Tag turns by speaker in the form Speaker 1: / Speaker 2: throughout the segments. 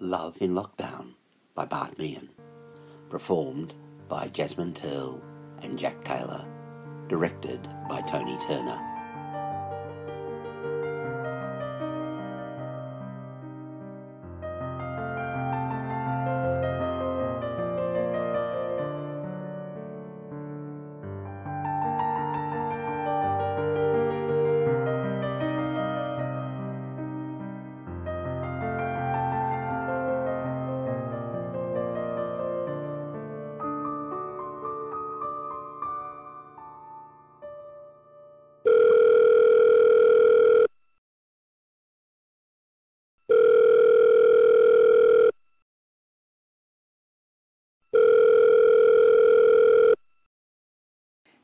Speaker 1: Love in Lockdown by Bart Meehan. Performed by Jasmine Turl and Jack Taylor. Directed by Tony Turner.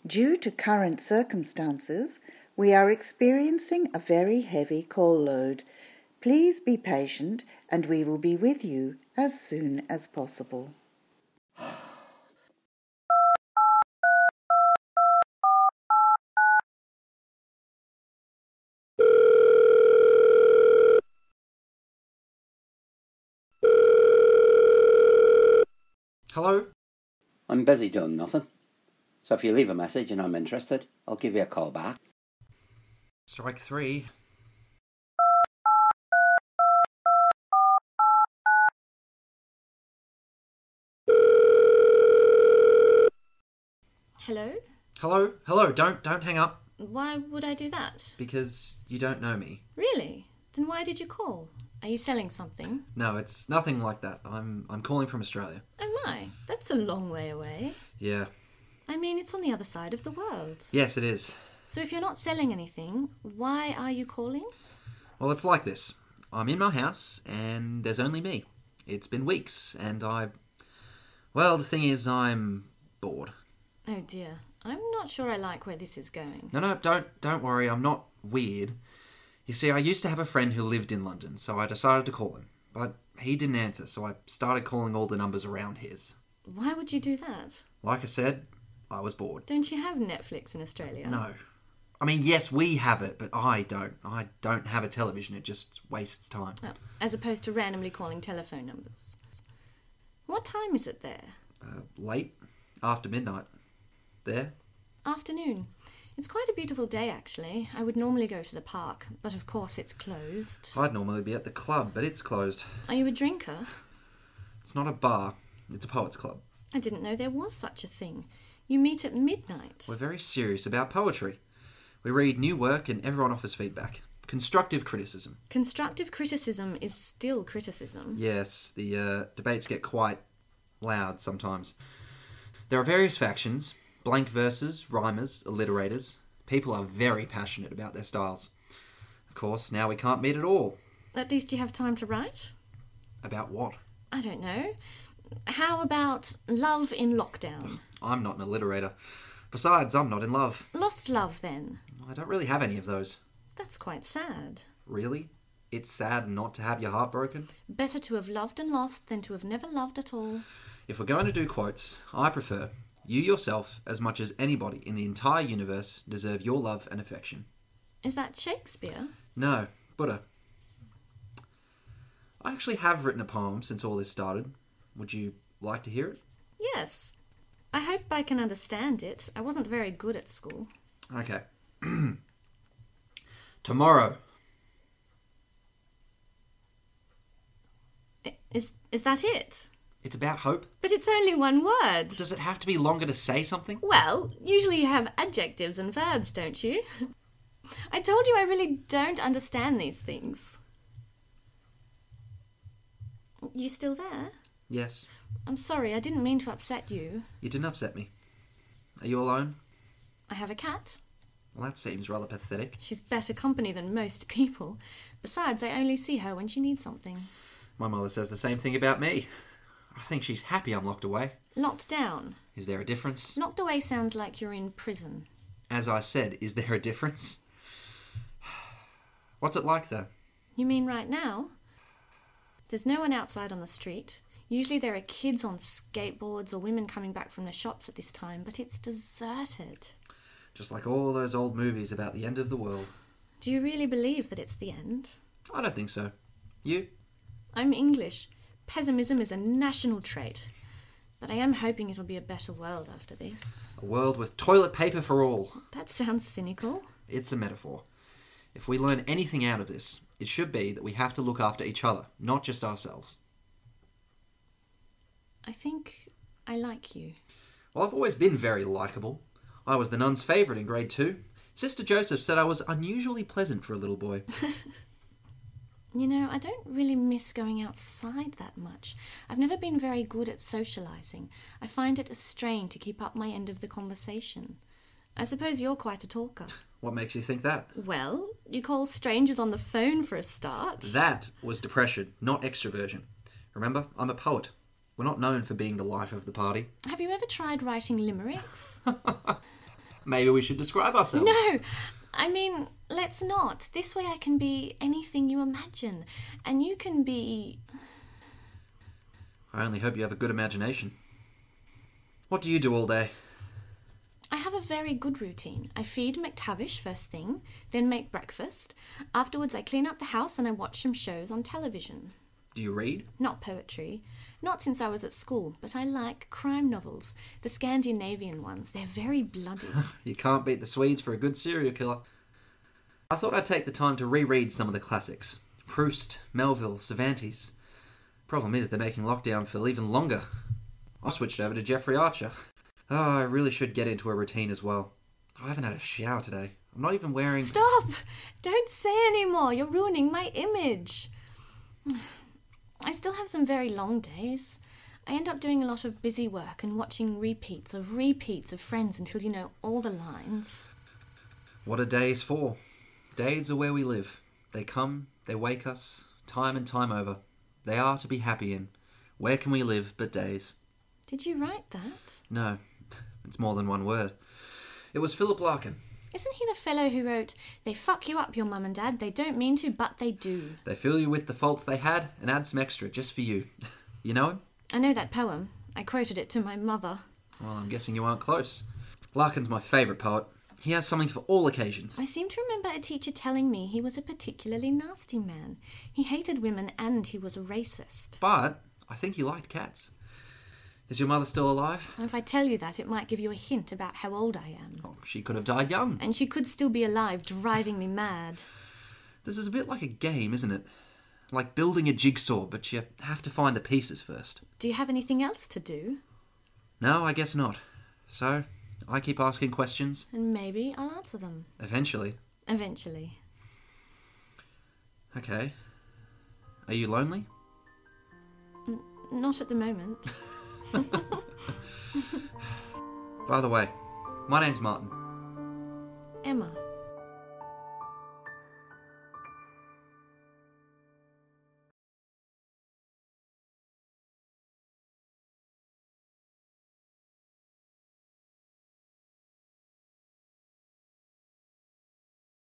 Speaker 2: Due to current circumstances, we are experiencing a very heavy call load. Please be patient and we will be with you as soon as possible.
Speaker 3: Hello?
Speaker 1: I'm busy doing nothing. So if you leave a message and I'm interested, I'll give you a call back.
Speaker 3: Strike three.
Speaker 4: Hello?
Speaker 3: Hello? Hello, don't don't hang up
Speaker 4: Why would I do that?
Speaker 3: because you don't know me.
Speaker 4: Really? Then why did you call? Are you selling something?
Speaker 3: No, it's nothing like that. I'm I'm calling from Australia.
Speaker 4: Oh my, that's a long way away.
Speaker 3: Yeah.
Speaker 4: I mean, it's on the other side of the world.
Speaker 3: Yes, it is.
Speaker 4: So if you're not selling anything, why are you calling?
Speaker 3: Well, it's like this. I'm in my house and there's only me. It's been weeks and I Well, the thing is I'm bored.
Speaker 4: Oh dear, I'm not sure I like where this is going.
Speaker 3: No, no, don't don't worry. I'm not weird. You see, I used to have a friend who lived in London, so I decided to call him. But he didn't answer, so I started calling all the numbers around his.
Speaker 4: Why would you do that?
Speaker 3: Like I said, I was bored.
Speaker 4: Don't you have Netflix in Australia?
Speaker 3: No. I mean, yes, we have it, but I don't. I don't have a television. It just wastes time.
Speaker 4: Oh, as opposed to randomly calling telephone numbers. What time is it there?
Speaker 3: Uh, late after midnight. There.
Speaker 4: Afternoon. It's quite a beautiful day actually. I would normally go to the park, but of course it's closed.
Speaker 3: I'd normally be at the club, but it's closed.
Speaker 4: Are you a drinker?
Speaker 3: It's not a bar. It's a poets club.
Speaker 4: I didn't know there was such a thing. You meet at midnight.
Speaker 3: We're very serious about poetry. We read new work and everyone offers feedback. Constructive criticism.
Speaker 4: Constructive criticism is still criticism.
Speaker 3: Yes, the uh, debates get quite loud sometimes. There are various factions blank verses, rhymers, alliterators. People are very passionate about their styles. Of course, now we can't meet at all.
Speaker 4: At least you have time to write?
Speaker 3: About what?
Speaker 4: I don't know. How about love in lockdown?
Speaker 3: I'm not an alliterator. Besides, I'm not in love.
Speaker 4: Lost love then.
Speaker 3: I don't really have any of those.
Speaker 4: That's quite sad.
Speaker 3: Really? It's sad not to have your heart broken?
Speaker 4: Better to have loved and lost than to have never loved at all.
Speaker 3: If we're going to do quotes, I prefer you yourself, as much as anybody in the entire universe, deserve your love and affection.
Speaker 4: Is that Shakespeare?
Speaker 3: No, Buddha. I actually have written a poem since all this started. Would you like to hear it?
Speaker 4: Yes. I hope I can understand it. I wasn't very good at school.
Speaker 3: Okay. Tomorrow.
Speaker 4: I- Is, is that it?
Speaker 3: It's about hope.
Speaker 4: But it's only one word.
Speaker 3: Does it have to be longer to say something?
Speaker 4: Well, usually you have adjectives and verbs, don't you? I told you I really don't understand these things. You still there?
Speaker 3: Yes.
Speaker 4: I'm sorry, I didn't mean to upset you.
Speaker 3: You didn't upset me. Are you alone?
Speaker 4: I have a cat.
Speaker 3: Well, that seems rather pathetic.
Speaker 4: She's better company than most people. Besides, I only see her when she needs something.
Speaker 3: My mother says the same thing about me. I think she's happy I'm locked away.
Speaker 4: Locked down.
Speaker 3: Is there a difference?
Speaker 4: Locked away sounds like you're in prison.
Speaker 3: As I said, is there a difference? What's it like though?
Speaker 4: You mean right now? There's no one outside on the street. Usually there are kids on skateboards or women coming back from the shops at this time, but it's deserted.
Speaker 3: Just like all those old movies about the end of the world.
Speaker 4: Do you really believe that it's the end?
Speaker 3: I don't think so. You?
Speaker 4: I'm English. pessimism is a national trait. But I am hoping it'll be a better world after this.
Speaker 3: A world with toilet paper for all.
Speaker 4: That sounds cynical.
Speaker 3: It's a metaphor. If we learn anything out of this, it should be that we have to look after each other, not just ourselves.
Speaker 4: I think I like you.
Speaker 3: Well, I've always been very likable. I was the nun's favourite in grade two. Sister Joseph said I was unusually pleasant for a little boy.
Speaker 4: You know, I don't really miss going outside that much. I've never been very good at socializing. I find it a strain to keep up my end of the conversation. I suppose you're quite a talker.
Speaker 3: What makes you think that?
Speaker 4: Well, you call strangers on the phone for a start.
Speaker 3: That was depression, not extroversion. Remember, I'm a poet. We're not known for being the life of the party.
Speaker 4: Have you ever tried writing limericks?
Speaker 3: Maybe we should describe ourselves.
Speaker 4: no! I mean, let's not. This way I can be anything you imagine. And you can be.
Speaker 3: I only hope you have a good imagination. What do you do all day?
Speaker 4: I have a very good routine. I feed McTavish first thing, then make breakfast. Afterwards, I clean up the house and I watch some shows on television.
Speaker 3: Do you read?
Speaker 4: Not poetry. Not since I was at school, but I like crime novels. The Scandinavian ones. They're very bloody.
Speaker 3: You can't beat the Swedes for a good serial killer. I thought I'd take the time to reread some of the classics Proust, Melville, Cervantes. Problem is, they're making lockdown feel even longer. I switched over to Jeffrey Archer. Oh, I really should get into a routine as well. I haven't had a shower today. I'm not even wearing.
Speaker 4: Stop! Don't say any more. You're ruining my image. I still have some very long days. I end up doing a lot of busy work and watching repeats of repeats of Friends until you know all the lines.
Speaker 3: What are days for? Days are where we live. They come, they wake us, time and time over. They are to be happy in. Where can we live but days?
Speaker 4: Did you write that?
Speaker 3: No, it's more than one word. It was Philip Larkin.
Speaker 4: Isn't he the fellow who wrote, They fuck you up, your mum and dad. They don't mean to, but they do?
Speaker 3: They fill you with the faults they had and add some extra just for you. you know him?
Speaker 4: I know that poem. I quoted it to my mother.
Speaker 3: Well, I'm guessing you aren't close. Larkin's my favourite poet. He has something for all occasions.
Speaker 4: I seem to remember a teacher telling me he was a particularly nasty man. He hated women and he was a racist.
Speaker 3: But I think he liked cats. Is your mother still alive?
Speaker 4: And if I tell you that, it might give you a hint about how old I am.
Speaker 3: Oh, she could have died young.
Speaker 4: And she could still be alive, driving me mad.
Speaker 3: This is a bit like a game, isn't it? Like building a jigsaw, but you have to find the pieces first.
Speaker 4: Do you have anything else to do?
Speaker 3: No, I guess not. So, I keep asking questions.
Speaker 4: And maybe I'll answer them.
Speaker 3: Eventually.
Speaker 4: Eventually.
Speaker 3: Okay. Are you lonely?
Speaker 4: Not at the moment.
Speaker 3: By the way, my name's Martin.
Speaker 4: Emma.